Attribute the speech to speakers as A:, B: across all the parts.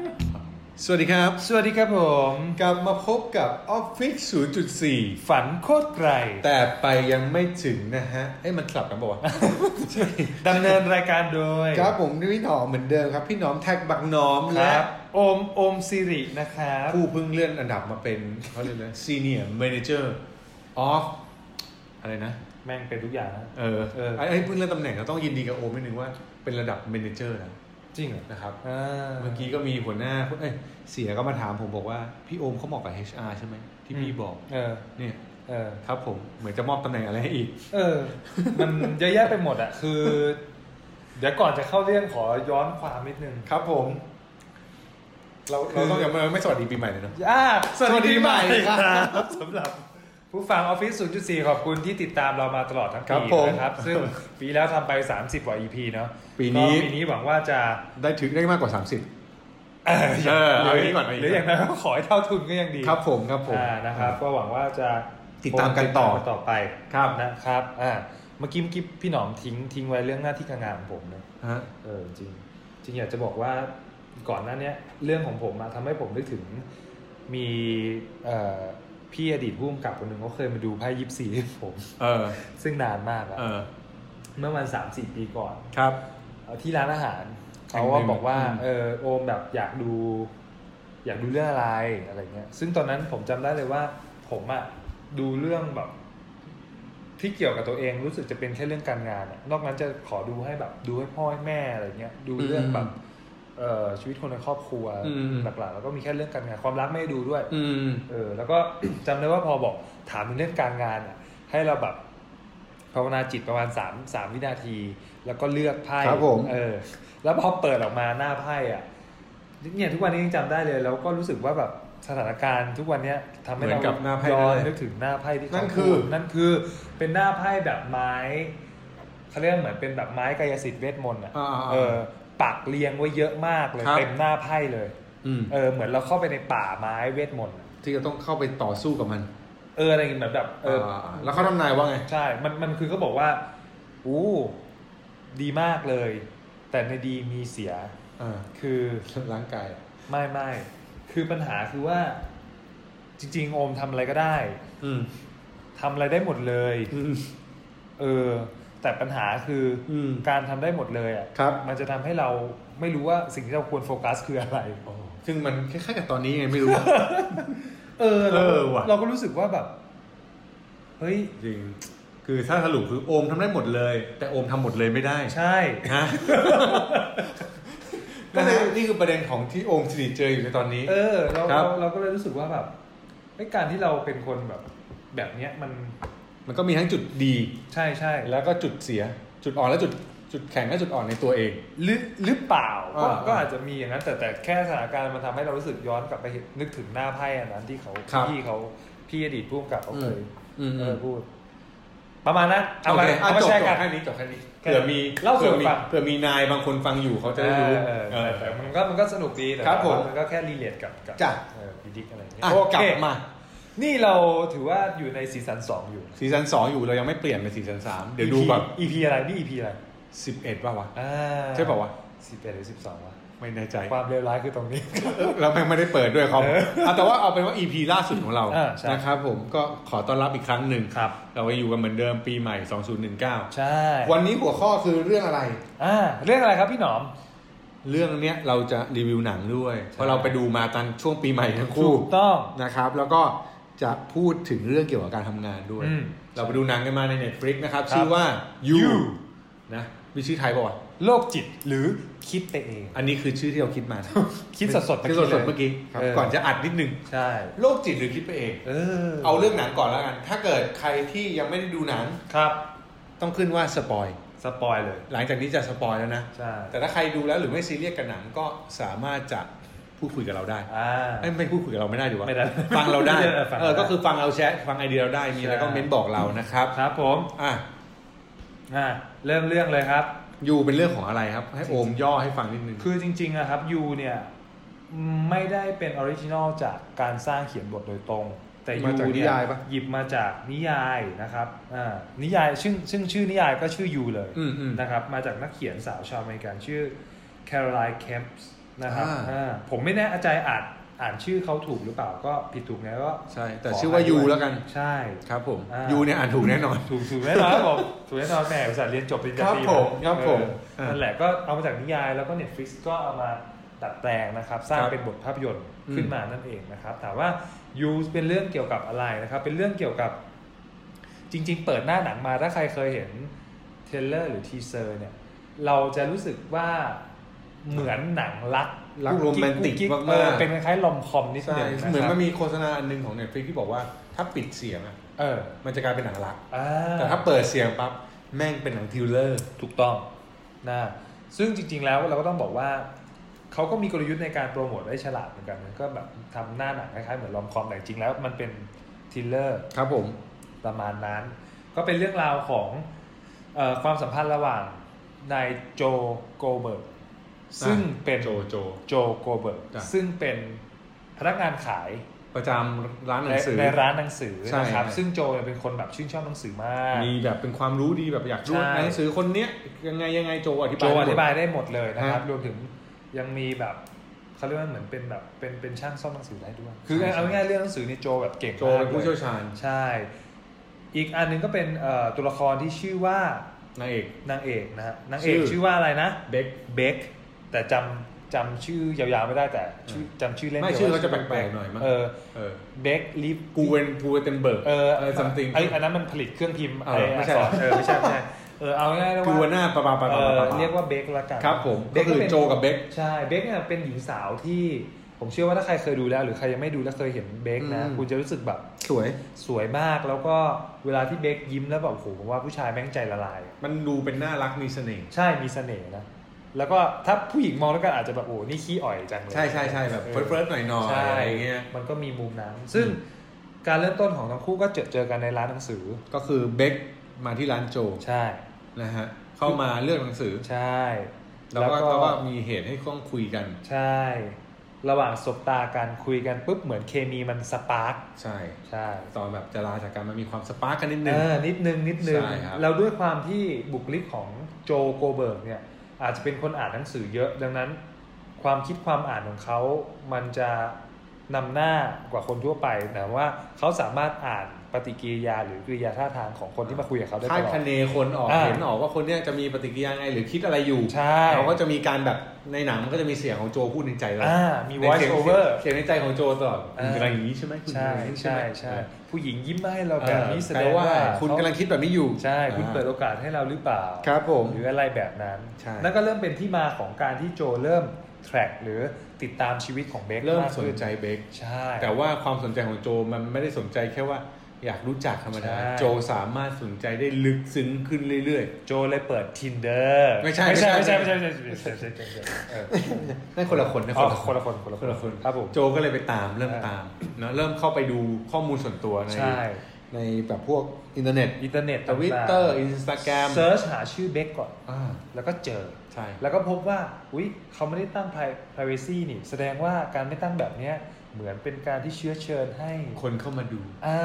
A: ดี๋ยวสวัสดีครับ สวัสดีครับผม กลับมาพบกับออฟฟิศ0.4
B: ฝันโคตรไกล
A: แต่ไปยังไม่ถึงนะฮะ เอ้ยมันกลับกันบอกว่าวะ ใช่
B: ดำเนินรายการโดย
A: ครับผมพี่หนอมเหมือนเดิมครับ พี่หนอมแท็กบักหนอม
B: ค
A: และ
B: รับโอมโอมสิรินะครับ
A: ผู้เพิ่งเลื่อนอันดับมาเป็นเขาเรียกนะซีเนียร์แมเนเจอร์ออฟอะไรนะ
B: แม่งเป็นทุกอย่างนะ
A: เออ
B: เออ
A: ไอ้ไอ้เพิ่งเลื่อนตำแหน่งเราต้องยินดีกับโอมนิดนึงว่าเป็นระดับเมเนเจอร์แล้ว
B: จริงเหรอ
A: นะครับ
B: อ่า
A: เมื่อกี้ก็มีหัวหน้าเอ้ยเสียก็มาถามผมบอกว่าพี่โอมเขาเหมาะกับ HR ใช่ไหมที่พี่บอก
B: เออ
A: เนี่ย
B: เออ
A: ครับผมเหมือนจะมอบตำแหน่งอะไรให้อีก
B: เออ มันเยอะแยะไปหมดอะคือ เดี๋ยวก่อนจะเข้าเรื่องขอย้อนความนิดนึง
A: ครับผม เราเราต้องยังไม่ไม่สวัสดีปีใหม่เลยเนอะ
B: อ่า
A: สวัสดีปีใหม่ครับ
B: บสำหรับผู้ฟังออฟฟิศ0.4 ขอบคุณที่ติดตามเรามาตลอดทั้ง
A: ครับ
B: ปี
A: ผม
B: นะครับ ซึ่งปีแล้วทำไป 30กว่า EP เนาะ
A: ปีนี้
B: ก็ปีนี้หวังว่าจะ
A: ได้ถึงได้มากกว่า 30
B: เออ
A: เออ
B: ห
A: เอา
B: รื
A: อ
B: อ
A: ย่างนี้ก่อนเอาอย่างนี้
B: หรืออย่างนั้น ก็ขอให้เท่าทุนก็ยังดี
A: ครับผมครับผม
B: อ่านะครับก็หวังว่าจะ
A: ติดตามกันต่อ
B: ติดตามต่อไป
A: ครับ
B: นะครับอ่าเมื่อกี้เมื่อกี้พี่หนอมทิ้งทิ้งไว้เรื่องหน้าที่การงานของผมนะ
A: ฮะ
B: เออจริง จริงอยากจะบอกว่าก่อนหน้าเนี้ยเรื่องของผมมาทำให้ผมนึกถึงมีเอ่อพี่อดีตผู้กำกับคนหนึ่งเขาเคยมาดูไพ่ยิปซีให้ผม
A: เออ
B: ซึ่งนานมากแล้ว
A: เออ
B: เมื่อวันสามสี่ปีก่อน
A: ครับ
B: เอ่อที่ร้านอาหาร
A: แห่งหนึ่ง
B: เขาว่าบอกว่า
A: อืม
B: เออโอมแบบอยากดู อยากดูเรื่องอะไรอะไรเงี้ย ซึ่งตอนนั้นผมจำได้เลยว่า ผมอะดูเรื่องแบบ ที่เกี่ยวกับตัวเองรู้สึกจะเป็นแค่เรื่องการงานอะนอกนั้นจะขอดูให้แบบ ดูให้พ่อให้แม่อะไรเงี้ยดูเรื่องแบบเอ่อชีวิตคนในครอบครัวหลักๆแล้วก็มีแค่เรื่องการงานความรักไม่ได้ดูด้วย
A: อืม
B: เออแล้วก็ จำได้ว่าพอบอกถามถึงเรื่องการงานอ่ะให้เราแบบภาวนาจิตประมาณสามสามวินาที แล้วก็เลือกไพ่
A: ครับผม
B: เออ แล้วพอเปิดออกมาหน้าไพ่อ่ะเนี่ยทุกวันนี้ยังจำได้เลย แล้วก็รู้สึกว่าแบบสถานการณ์ทุกวันเนี้ยทำให้
A: เหมื
B: เรา
A: อนกับหน้าไพ่
B: ย้อน
A: นั่นเลย
B: นึกถึงหน้าไพ่ที่เขา
A: นั่น
B: พูด
A: คือ
B: นั่นคือ เป็นหน้าไพ่แบบไม้เขาเรียกเหมือนเป็นแบบไม้กายสิทธิ์เวทมนต์อ่ะ
A: อ่าๆๆ
B: เออปักเรียงไว้เยอะมากเลย
A: ครับ
B: เต็มหน้าไพ่เลย
A: อืม
B: เออเหมือนเราเข้าไปในป่าไม้เวทมนต์อะ
A: ที่จะต้องเข้าไปต่อสู้กับมัน
B: เอออะไรอย่างเงี้ยเหมือนแบบเออ
A: อแล้วเขาทำนายว่าไง
B: ใช่ มันมันคือเขาบอกว่าอู้ดีมากเลย แต่ในดีมีเสีย
A: อ่า
B: คือ
A: ร่างกาย
B: ไม่ไม่คือปัญหาคือว่า จริง ๆ โอมทำอะไรก็ได้
A: อืม
B: ทำอะไรได้หมดเลย
A: อืม
B: เออ แต่ปัญหาคืออ
A: ม
B: การทำได้หมดเลยอ่ะ
A: ครับ
B: มันจะทำให้เราไม่รู้ว่าสิ่งที่เราควรโฟกัสคืออะไร
A: ซึ่งมันคล้ายๆกับตอนนี้ไงไม่รู้
B: เออเรา
A: เออว่ะ
B: เราก็รู้สึกว่าแบบ เฮ้ย
A: จริง คือถ้าสรุปคือโอมทำได้หมดเลย แต่โอมทำหมดเลยไม่ได้
B: ใช่
A: ฮะ ก็เลยนี่คือประเด็นของที่โอมสิริเจออยู่ในตอนนี้
B: เออเรา
A: ครับ
B: เราเราก็เลยรู้สึกว่าแบบไอ้ยการที่เราเป็นคนแบบ แบบเนี้ยมัน
A: มันก็มีทั้งจุดดี
B: ใช่ใช่แล้ว
A: แล้วก็จุดเสีย จุดอ่อนและจุดจุดแข็งและจุดอ่อนในตัวเอง
B: หรือหรือเปล่าก็
A: อ่า
B: ก็อาจจะมีอย่างนั้น แต่แต่แค่สถานการณ์มันทำให้เรารู้สึกย้อนกลับไปเห็นนึกถึงหน้าไพ่อันนั้นที่เขา
A: ครับ
B: พี่เขาพี่อดีตผู้กำกับเขาเคย
A: อืมอืม
B: เออพูด ประมาณนั้นเอามา
A: โค
B: เอามา
A: จบ
B: แชร์
A: จ
B: กับ น
A: แค่นี้จบแค่นี้
B: แค่
A: เผื่อมี
B: เล่าสู่
A: เผื่อมี
B: ฟัง
A: เผื่อมีนายบางคนฟังอยู่เขาจะได้
B: เอ
A: รู้
B: อเออ
A: เอ
B: แต่
A: อ
B: แต่มันก็มันก็สนุกดีแต่
A: ครับผม
B: มันก็แค่รีเลทกับกับ
A: จ้ะ
B: เออพีดิกอะไรเงี้ย
A: อ่ะ
B: โอเค
A: กลับมา
B: นี่เราถือว่าอยู่ในสีสันสองอยู่
A: ซีซั่นสองอยู่เรายังไม่เปลี่ยนเป็นซีซั่นสามเดี๋ยวดูแบบ
B: อีพีอะไรนี่อีพีอะไร
A: สิบเอ็ดป่าวะ
B: อ่า
A: ใช่ป่าวะ
B: สิบเอ็ดหรือสิบสองวะ
A: ไม่แน่ใจ
B: ความเลวร้ายคือตรง นี้
A: แล้วแม่งไม่ได้เปิดด้วยคอมเอาแต่ว่าเอาเป็นว่า EP ล่าสุดของเรา
B: อ่าใช่
A: นะครับผมก็ขอต้อนรับอีกครั้งหนึ่ง
B: ครับ
A: เราไปอยู่กันเหมือนเดิมปีใหม่ 2019
B: ใช่
A: วันนี้หัวข้อคือเรื่องอะไร
B: อ่าเรื่องอะไรครับพี่หนอม
A: เรื่องเนี้ยเราจะรีวิวหนังด้วย เพราะเราไปดูมาตอนช่วงปีใหม่ทั้งคู่
B: ถูกต้อง
A: นะครับ แล้วก็จะพูดถึงเรื่องเกี่ยวกับการทำงานด้วย
B: อืม
A: เราไปดูหนังกันมาใน Netflix นะครับ
B: ครับ
A: ชื่อว่า You
B: You
A: นะมีชื่อไทยป่ะวะ
B: โรคจิตหรือคิดไปเอง
A: อันนี้คือชื่อที่เราคิดมา
B: คิดสดๆ
A: คิดสดๆ
B: เมื่
A: เมื่
B: อ
A: อ
B: กี้
A: กี้
B: เลย
A: ครับ
B: เออ
A: ก่อนจะอัดนิดนึง
B: ใช่
A: โรคจิตหรือคิดไปเอง
B: เออ
A: เอาเรื่องหนังก่อนแล้วกัน ถ้าเกิดใครที่ยังไม่ได้ดูหนัง
B: ครับ
A: ต้องขึ้นว่าสปอย
B: สปอยเลย
A: หลังจากนี้จะสปอยแล้วนะ
B: ใช่
A: แต่ถ้าใครดูแล้วหรือไม่ซีเรียสกับหนังก็สามารถจะ พูดคุยกับเราได้
B: อ่า
A: เอ้ยไม่พูดคุยกับเราไม่ได้ดีวะ
B: ไม่ได้
A: ฟังเราได้
B: เออฟังเราได้
A: เออก็คือฟังเราแชทฟังไอเดียเราได้มีอะไร
B: ใช่
A: ก็เม้นบอกเรานะครับ
B: ครับผม
A: อ่ะ
B: อ่าเริ่มเรื่องเลยครับ
A: ยูเป็นเรื่องของอะไรครับ ให้โอมย่อให้ฟังนิดนึง
B: คือจริงๆอะครับยูเนี่ยไม่ได้เป็นออริจินอลจากการสร้างเขียนบทโดยตรง แต่ยู
A: มาจากนิ
B: เนี่ย
A: ยายปะ
B: หยิบมาจากนิยายนะครับอ่านิยายซึ่งซึ่งชื่อนิยายก็ชื่อยูเลย
A: อืมอืม
B: นะครับมาจากนักเขียนสาวชาวอเมริกันชื่อแคโรไลน์เคมส์นะครับ
A: อ่า
B: อ่าผมไม่แน่ใจอ่านอ่านชื่อเขาถูกหรือเปล่าก็ผิดถูกไงก็
A: ใช่แต่
B: ข
A: ชื่อว่า
B: ให้
A: ยู
B: ด้
A: แล้วกัน
B: ใช่
A: ครับผม
B: อ่ายู
A: ยูเนี่ยอ่านถูกแน่นอน
B: ถูกถูกแน่นอนครับผมถูกแน่นอนแหมภาษาเรียนจบปริญญาตรี
A: ครับผม
B: า
A: ครับผม
B: เออนั่นแหละก็เอามาจากนิยายแล้วก็ Netflix ก็เอามาดัดแปลงนะครับ สร้าง
A: ครับ
B: เป็นบทภาพยนตร์
A: อืม
B: ขึ้นมานั่นเองนะครับถามว่ายูเป็นเรื่องเกี่ยวกับอะไรนะครับ เป็นเรื่องเกี่ยวกับ จริง ๆ เปิดหน้าหนังมาถ้าใครเคยเห็นเทรลเลอร์หรือทีเซอร์เนี่ยเราจะรู้สึกว่าเหมือนหนังรัก
A: รักโรแมนติก
B: กุ๊กิ๊
A: มากๆ
B: เออเป็นคล้ายๆลอมคอมนิด
A: ใช่
B: นึงะครับ
A: เหมือนมันมีโฆษณาอันหนึงของ Netflix ที่บอกว่าถ้าปิดเสียงอะ
B: เออ
A: มันจะกลายเป็นหนังรัก
B: อ่า
A: แต่ถ้าเปิดเสียงปั๊บแม่งเป็นหนังทริลเลอร์
B: ถูกต้องนะซึ่งจริง ๆ แล้วเราก็ต้องบอกว่าเขาก็มีกลยุทธ์ในการโปรโมทได้ฉลาดเหมือนกันนะก็แบบทำหน้าหนังคล้ายๆเหมือนลอมคอมแต่จริงๆแล้วมันเป็นทริลเลอร์
A: ครับผม
B: ประมาณนั้น ก็เป็นเรื่องราวของเออความสัมพันธ์ระหว่างนายโจโกเบิร์ตซึ่งเป็น
A: โจโจ
B: โจโกเบิร์ต
A: จ้ะ
B: ซึ่งเป็นพนักงานขาย
A: ประจำร้านหนั
B: ใน
A: งสือ
B: ในร้านหนังสือ
A: ใช่
B: นะครับ
A: ครับ
B: ซึ่งโจเนี่ยเป็นคนแบบชื่นชอบหนังสือมาก
A: มีแบบเป็นความรู้ดีแบบอยากรู้
B: ใช่
A: หนังสือคนเนี้ยยังไงยังไงโจอธิบา
B: โจ
A: ย
B: อธิบายได้หมดเลยนะครับ
A: ฮะ
B: รวมถึงยังมีแบบเขาเรียกว่าเหมือนเป็นแบบเป็นเป็นช่างซ่อมหนังสือได้ด้วย คือ
A: ใช่
B: เอาง่ายๆเรื่องหนังสือเนี่ยโจแบบเก่งมาก
A: โจเป็นผู้เชี่ยวชาญ
B: ใช่ อีกอันหนึงก็เป็นเอ่อตัวละครที่ชื่อว่าน
A: างเอก
B: นางเอกนะฮะนางเอ
A: ชื่
B: ก
A: อ
B: ชื่อว่าอะไรนะ
A: เบค
B: เบคแต่จำจำชื่อยาวๆไม่ได้แต่ชื่อจำชื่อเล่น
A: ไม่
B: ดียว
A: ชื่อ
B: ว่
A: เขาจะแปลกๆหน่อยมั้ง
B: เออ
A: เออ
B: เบคลิฟ
A: กูเวนกูเวนเทนเบิร์ก
B: เออ
A: อะไรซัมติง
B: ไออันนั้นมันผลิตเครื่องพิมพ์
A: เออไม่
B: ไม่
A: ใช่
B: ใช่เออไม่ใช่ไม่ใช่เออเอาง่ายๆแล้ว
A: กู
B: ว่า
A: เวนหน้าปะปะปะ
B: เอ
A: ปะ
B: อ
A: ปะ
B: เรียกว่าเบคละกัน
A: ครับผม
B: เบ
A: ก็
B: ค
A: คือ
B: เป็น
A: โจกับเบค
B: ใช่เบคเนี่ยเป็นหญิงสาวที่ผมเชื่อว่าถ้าใครเคยดูแล้ว หรือใครยังไม่ดูแล้วเคยเห็นเบคนะ
A: อืม
B: คุณจะรู้สึกแบบ
A: สวย
B: สวยมากแล้วก็เวลาที่เบคยิ้มแล้วแบบโอ้โหผมว่าผู้ชายแม่งใจละลาย
A: มันดูเป็นน่ารักมีเสน่ห์
B: ใช่มีเสน่ห์นะ แล้วก็ถ้าผู้หญิงมองแล้วก็อาจจะแบบโอ้โหนี่ขี้อ่อยจังเลย
A: ใช่ใช่ใช่แบบ
B: ออ
A: เฟิร์สเฟิร์สหน่อยหน่อย
B: ใช่
A: อะไรเงี้ย
B: มันก็มีมุมนั้น ซึ่งการเริ่มต้นของทั้งคู่ก็เจอเจอกันในร้านหนังสือ
A: ก็คือเบคมาที่ร้านโจ
B: ใช่
A: นะฮะเข้ามาเลือกหนังสือ
B: ใช่
A: แล้วก็แล้วก็มีเหตุให้ต้องคุยกัน
B: ใช่ ระหว่างสบตากันคุยกันปุ๊บเหมือนเคมีมันสปาร์ก
A: ใช่
B: ใช่
A: ตอนแบบจะลาจากกันมันมีความสปาร์กกันนิดนึ
B: เอง อนิดนึงนิดนึง
A: ใช่ครับ
B: แล้วด้วยความที่บุคลิกของโจโกเบิร์กเนี่ยอาจจะเป็นคนอ่านหนังสือเยอะ ดังนั้น ความคิดความอ่านของเขามันจะนำหน้ากว่าคนทั่วไปแต่ว่าเขาสามารถอ่านปฏิกิริยาหรือกริยาท่าทางของคนที่มาคุยกับเขาได้ต
A: คาด
B: ลอด
A: คะเนคนออก
B: อ่า
A: เห็นออกว่าคนเนี้ยจะมีปฏิกิริยาไงหรือคิดอะไรอยู่
B: ใช่
A: เราก็จะมีการแบบในหนังมันก็จะมีเสียงของโจพูดในใจเรา
B: อ่ามี
A: ใน
B: voice
A: เสียง
B: over
A: เสียงในใจของโจตลอด
B: อ่า
A: คุณกำลังอย่างนี้ใช่ไหมคุณ
B: ใช่
A: กำลังอย่างนี้
B: ใช่
A: ไหม
B: ใช่
A: เออ
B: ผู้หญิงยิ้มมาให้เราแบบนี้แส
A: ป
B: ด
A: ล
B: งว่า
A: คุณ
B: เขา
A: กำลังคิดแบบนี้อยู่
B: ใช่ คุณ
A: อ่า
B: เปิดโอกาสให้เราหรือเปล่า
A: ครับผม
B: หรืออะไรแบบนั้น
A: ใช่
B: นั่นก็เริ่มเป็นที่มาของการที่โจเริ่ม track หรือติดตามชีวิตของเบค
A: เริ่ม
B: าก
A: สน
B: ขึ้
A: ใจเบค
B: ใช่
A: แต่ว่าความสนใจของโจมันไม่ได้สนใจแค่ว่าอยากรู้จักธรรมดา
B: ใช่
A: โจสามารถสนใจได้ลึกซึ้งขึ้นเรื่อย
B: โจเลยเปิด tinder
A: ไม่ใช่
B: ไม่ใช่
A: ไม่
B: ไม่
A: ใช่
B: ใช่ ไม่ใช่ ไม่ใช่ไม่ใช่ไม่ใช่ไม่ใช่เออ
A: ๆนั่นคนละคนนะ
B: อ๋อ
A: ละ
B: คนละคนคนละ
A: คนละคน
B: ครับผม
A: โจก็เลยไปตามเริ่มตามเนอะเริ่มเข้าไปดูข้อมูลส่วนตัวใน
B: ใช่
A: ในแบบพวกอินเทอร์เน็ต
B: อินเทอร์เน็ต
A: ทวิตเตอร์อินสตาแกรม
B: เซิร์ชหาชื่อเบคก่อน
A: อ่า
B: แล้วก็เจอ
A: ใช่
B: แล้วก็พบว่าอุ๊ยเขาไม่ได้ตั้ง pri- privacy นี่ แสดงว่าการไม่ตั้งแบบเนี้ยเหมือนเป็นการที่เชื้อเชิญให้
A: คนเข้ามาดู
B: อ่า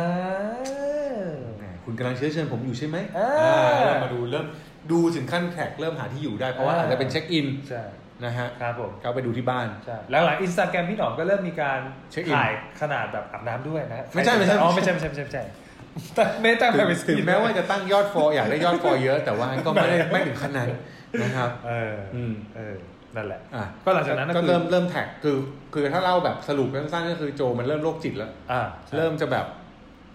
A: แหมคุณกำลังเชื้อเชิญผมอยู่ใช่ไหม
B: อ่า
A: อ่าเริ่มมาดูเริ่มดูถึงขั้นแท็กเริ่มหาที่อยู่ได้เพราะว่า
B: อ่า
A: อาจจะเป็นเช็คอิน
B: ใช่
A: นะฮะ
B: ครับผม
A: เขาไปดูที่บ้าน
B: ใช่แล้วหลังอินสตาแกรมพี่หนอมก็เริ่มมีการ
A: เช็คอิน
B: ถ่ายขนาดแบบอาบน้ำด้วยนะฮะ
A: ไม่ใช่ไม่ใช่
B: อ๋อไม่ใช่ไม่ใช่ไม่ใช่ไม่ใช่แต่ไม่ได้ตั้ง
A: ถึง
B: ไป
A: ถึงแม้ว่าจะตั้งยอดฟอลอยากได้ยอดฟอลเยอะแต่ว่าก็ไม่ ได้ไม่ถึงขนาดนะครับ
B: เอออ
A: ม
B: เออนั่นแหละ
A: อ่ะ
B: ก็หลังจากนั้น
A: ก็
B: ก็คือ
A: เริ่มเริ่มแท็กคือคือถ้าเล่าแบบสรุปสั้นๆก็คือโจมันเริ่มโรคจิตแล้ว
B: อ่า
A: เริ่มจะแบบ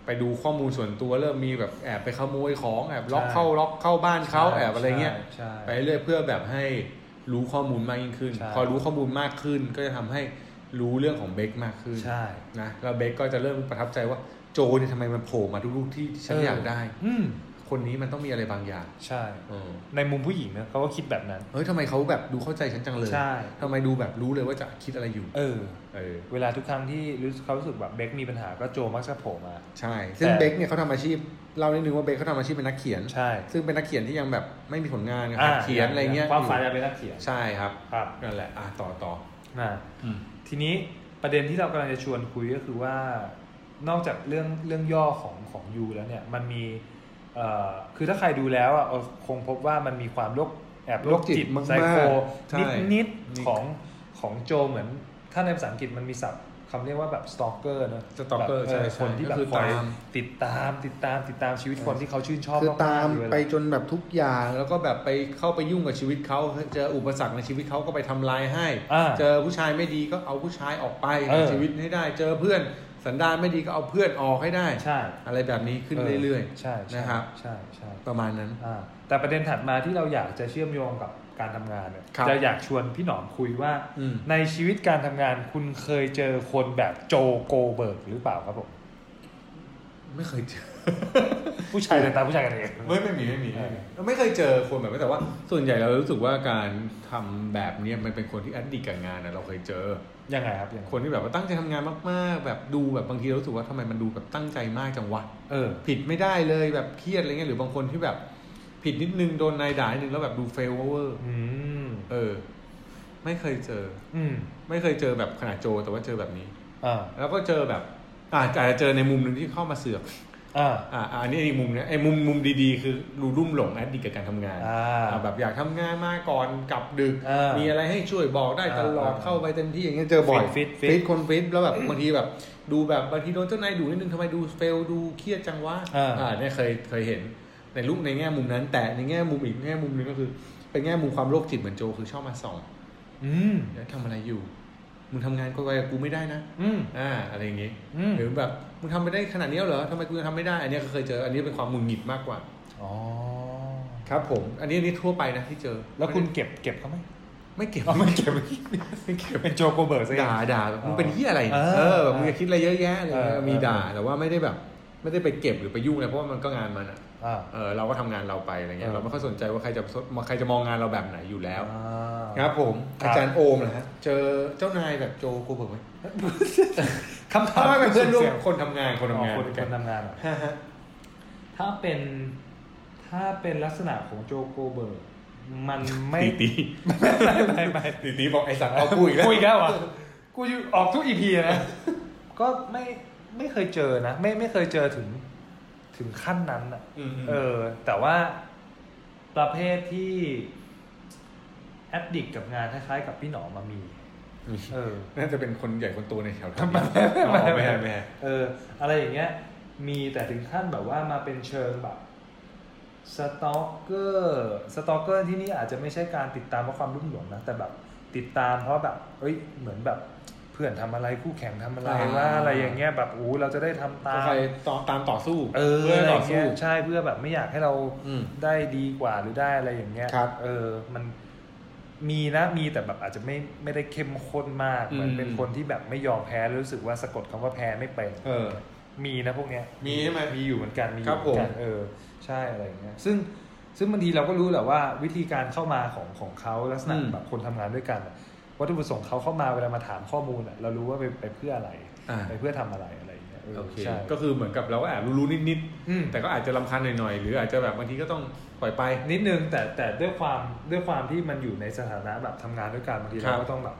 A: ไปดูข้อมูลส่วนตัวเริ่มมีแบบแอบไปขโมยของแอบล็อก
B: ใช่
A: เข้าล็อกเข้าบ้านเขาแอบอะไรเงี้ย
B: ใช่
A: ไปเรื่อยเพื่อแบบให้รู้ข้อมูลมากยิ่งขึ้น
B: ใช่
A: พอรู้ข้อมูลมากขึ้นก็จะทำให้รู้เรื่องของเบคมากขึ้น
B: ใช่
A: นะแล้วเบคก็จะเริ่มประทับใจว่าโจเนี่ยทำไมมันโผล่มาทุกๆที่ที่ฉันอยากได้
B: อืม
A: คนนี้มันต้องมีอะไรบางอย่าง
B: ใช่
A: เออ
B: ในมุมผู้หญิงนะเขาก็คิดแบบนั้น
A: เฮ้ยทำไมเขาแบบดูเข้าใจฉันจังเลย
B: ใช่
A: ทำไมดูแบบรู้เลยว่าจะคิดอะไรอยู่
B: เออ
A: เออ
B: เวลาทุกครั้งที่รู้สึกเขารู้สึกแบบเบคมีปัญหาก็โจมักจะโผล่มา
A: ใช่ ซึ่ง
B: แต่
A: เบคเนี่ยเขาทำอาชีพ เรานิดนึงว่าเบคเขาทำอาชีพเป็นนักเขียน
B: ใช่
A: ซึ่งเป็นนักเขียนที่ยังแบบไม่มีผลงานนะค
B: อ่า
A: รับเขียนอะไรเงี้ย
B: ความฝันจะเป็นนักเขียน
A: ใช่ครับ
B: ครับ
A: นั่นแหละ อ่ะต่อต่อ
B: อ่า
A: อ
B: ทีนี้ประเด็นที่เรากำลังจะชวนคุยก็คือว่านอกจากเรื่องเรื่องย่อของของยูแล้วเนี่ยมันมีเอ่อคือถ้าใครดูแล้วอ่ะเอ่อคงพบว่ามันมีความโรคแอบโรคจิต
A: มาก
B: ไซโค
A: ๆใช่
B: นิดนิดๆของของโจเหมือน ถ้าในภาษาอังกฤษมันมีศัพท์คำเรียกว่าแบบสตอกเกอร์นอะ
A: stalker
B: แบบ
A: ใช่ใช่
B: คนที่แบ
A: ก็
B: บ
A: คือ
B: คอย
A: ตาม
B: ติดตามติดตามติดตามชีวิตคนที่เขาชื่นชอบ
A: คือตาม
B: กๆเลย
A: ไปจนแบบทุกอย่างแล้วก็แบบไปเข้าไปยุ่งกับชีวิตเขาเจออุปสรรคในชีวิตเขาก็ไปทำลายให้
B: อ่า
A: เจอผู้ชายไม่ดีก็เอาผู้ชายออกไป
B: เออ
A: จากชีวิตให้ได้ เจอเพื่อนสันดานไม่ดีก็เอาเพื่อนออกให้ได้
B: ใช่
A: อะไรแบบนี้ขึ้นเรื่อย
B: ใช่ใช่
A: นะครับ
B: ใช่ใช่
A: ๆ ประมาณนั้น
B: อ่าแต่ประเด็นถัดมาที่เราอยากจะเชื่อมโยงกับการทำงานเนี่ย
A: ครับ
B: จะอยากชวนพี่หนอมคุยว่า
A: อืม
B: ในชีวิตการทำงานคุณเคยเจอคนแบบโจโกเบิร์กหรือเปล่าครับผม
A: ไม่เคยเจอ
B: ผู้ชายแต่ตามผู้ชายกันเอง
A: ไม่ไม่มีไม่มี
B: เออ
A: เราไม่เคยเจอคนแบบนี้แต่ว่า ส่วนใหญ่เรารู้สึกว่าการทำแบบเนี้ยมันเป็นคนที่แอดดิกกับงานนะเราเคยเจอ
B: ยังไงครับยังไง
A: คนที่แบบว่าตั้งใจทำงานมากๆ แบบดูแบบบางทีเรารู้สึกว่าทำไมมันดูแบบตั้งใจมากจังวะ
B: เออ
A: ผิดไม่ได้เลยแบบเครียดอะไรเงี้ยหรือบางคนที่แบบผิดนิดนึงโดนนายด่านิดนึงแล้วแบบดูเฟลเวอร์
B: อืม
A: เออ ไม่เคยเจอ
B: อืม
A: ไม่เคยเจอแบบขนาดโจแต่ว่าเจอแบบนี้
B: อ่า
A: แล้วก็เจอแบบอ่าอาจจะเจอในมุมหนึ่งที่เข้ามาเสือก
B: อ่า
A: อ่าอันนี้อีกมุมนะไอ้มุมมุมดีๆ คือดูรุ่มหลงแอดดิกกับการทำงาน
B: อ่า
A: อ่าแบบอยากทำงานมาก่อนกลับดึก
B: อ่ามี
A: มีอะไรให้ช่วยบอกได้ตลอด
B: อ่า
A: เข้าไปเต็มที่อย่างเงี้ยเจอบ่อย
B: ฟิตฟิต
A: ฟิ
B: ฟิต
A: ตคนฟิตแล้วแบบบางทีแบบดูแบบบางทีโดนเจ้านายดูนิดนึงทำไมดูเฟลดูเครียดจังวะ
B: อ่า
A: เนี่ยเคยเคยเห็นในรูปในแง่มุมนั้น แต่ในแง่มุมอีกแง่มุมหนึงก็คือ เป็นแง่มุมความโรคจิตเหมือนโจคือชอบมาส่อง
B: อืม
A: เดี๋ยวทำอะไรอยู่มึงทำงานก็ไปกับกูไม่ได้นะ
B: อืม
A: อ่าอะไรอย่างงี้
B: อืม
A: หรือแบบมึงทำไปได้ขนาดนี้เหรอทำไมกูยังทำไม่ได้อันเนี้ยก็เคยเจออันนี้เป็นความหงุนหงิดมากกว่า
B: อ๋อ
A: ครับ ผม อันนี้อันนี้ทั่วไปนะที่เจอ
B: แล้วคุณเก็บเก็บเขาไหม
A: ไม่เก็บ
B: อ๋อไม่เก็บไม่เก็บเป็นโจโกเบิร์กซะเอง
A: ด่าด่าแบบมึงเป็นที่อะไร
B: เอ
A: เนี่ย
B: อ
A: เออแบบมึงจะคิดอะไรเยอะแยะอะไรเลย
B: เออ
A: มี
B: เออ
A: ด่าแต่ว่าไม่ได้แบบ ไม่ได้ไปเก็บหรือไปยุ่งเลยเพราะว่ามันก็งานมันอะ
B: อ่า
A: เออเราก็ทำงานเราไปอะไรเงี้ย
B: เออ
A: เราไม่ค่อยสนใจว่าใครจะใครจะมองงานเราแบบไหนอยู่แล้ว
B: อ่า
A: ครับผม
B: ครับ
A: อาจารย์โอมนะฮะเจอเจ้านายแบบโจกูเบิกไหม
B: คำถา
A: ถ้าม ไม่เป็นเพื่อนร่วมคนทำงานคนทำงาน
B: อ๋อคนคนทำงานเหรอ
A: ฮะฮะ
B: ถ้าเป็นถ้าเป็นลักษณะของโจโกเบิร์กมันไม่
A: ตีตี
B: ไม่ไม่ไม่
A: ตีตีบอกไอ้สัตว์เอากูอีกแล้ว
B: กูอีกแล้วเหรอ่ะกูอยู่ออกทุกอีพีนะ ก็ไม่ไม่เคยเจอนะ ไม่ไม่เคยเจอถึงถึงขั้นนั้นอ่ะ
A: อืมอืม
B: เออ แต่ว่าประเภทที่แอดดิกกับงานคล้ายๆกับพี่หนอมามี เออ
A: น่าจะเป็นคนใหญ่คนโตในแถวๆนี้
B: ไม่
A: อ๋อ
B: ไม่
A: ไม่ไม่
B: ไม่ไม่
A: ไม่
B: เออ อะไรอย่างเงี้ย มีแต่ถึงขั้นแบบว่ามาเป็นเชิงแบบสตอกเกอร์สตอกเกอร์ที่นี่อาจจะไม่ใช่การติดตามเพราะความรุ่มหลงนะ แต่แบบติดตามเพราะแบบเอ้ยเหมือนแบบเพื่อนทำอะไรคู่แข่งทำอะไรว่าอะไรอย่างเงี้ยแบบอู้เราจะได้ทำตา
A: ก็
B: ม
A: คอยต่อตามต่อสู้
B: เออ
A: เพื่อ
B: อะไร
A: ต่อ
B: เงี้
A: สู้
B: ยใช่เพื่อแบบไม่อยากให้เรา
A: อืม
B: ได้ดีกว่าหรือได้อะไรอย่างเงี้ย
A: ครับ
B: เออมันมีนะมีแต่แบบอาจจะไม่ไม่ได้เข้มข้นมากเหมือน
A: อืม
B: เป็นคนที่แบบไม่ยอมแพ้แล้วรู้สึกว่าสะกดคำว่าแพ้ไม่เป็น
A: เออ
B: มีนะพวกเนี้ย
A: มีใช่ไหม
B: มีอยู่เหมือนกันมีอยู่
A: ครับ
B: เหมือนกัน
A: ผม
B: เออใช่อะไรอย่างเงี้ยซึ่งซึ่งบางทีเราก็รู้แหละว่าวิธีการเข้ามาของของเขาลักษณะแบบคนทำงานด้วยกันอะวัตถุประสงค์เขาเข้ามาเวลามาถามข้อมูลอะเรารู้ว่าไปไปเพื่ออะไร
A: อ่า
B: ไปเพื่อทำอะไรอะไรอย่างเงี้ยเออ
A: โอเค
B: ใช่
A: ก็คือเหมือนกับเราก็แอบรู้ๆนิด
B: อืม
A: ๆ
B: แต่
A: แต่ก็อาจจะลำคาญหน่อยๆ หรืออาจจะแบบบางทีก็ต้องปล่อยไป
B: นิดนึงแต่แต่ด้วยความด้วยความที่มันอยู่ในสถานะแบบทำงานด้วยกันบางที
A: ครับ
B: เราก็ต้องแบบ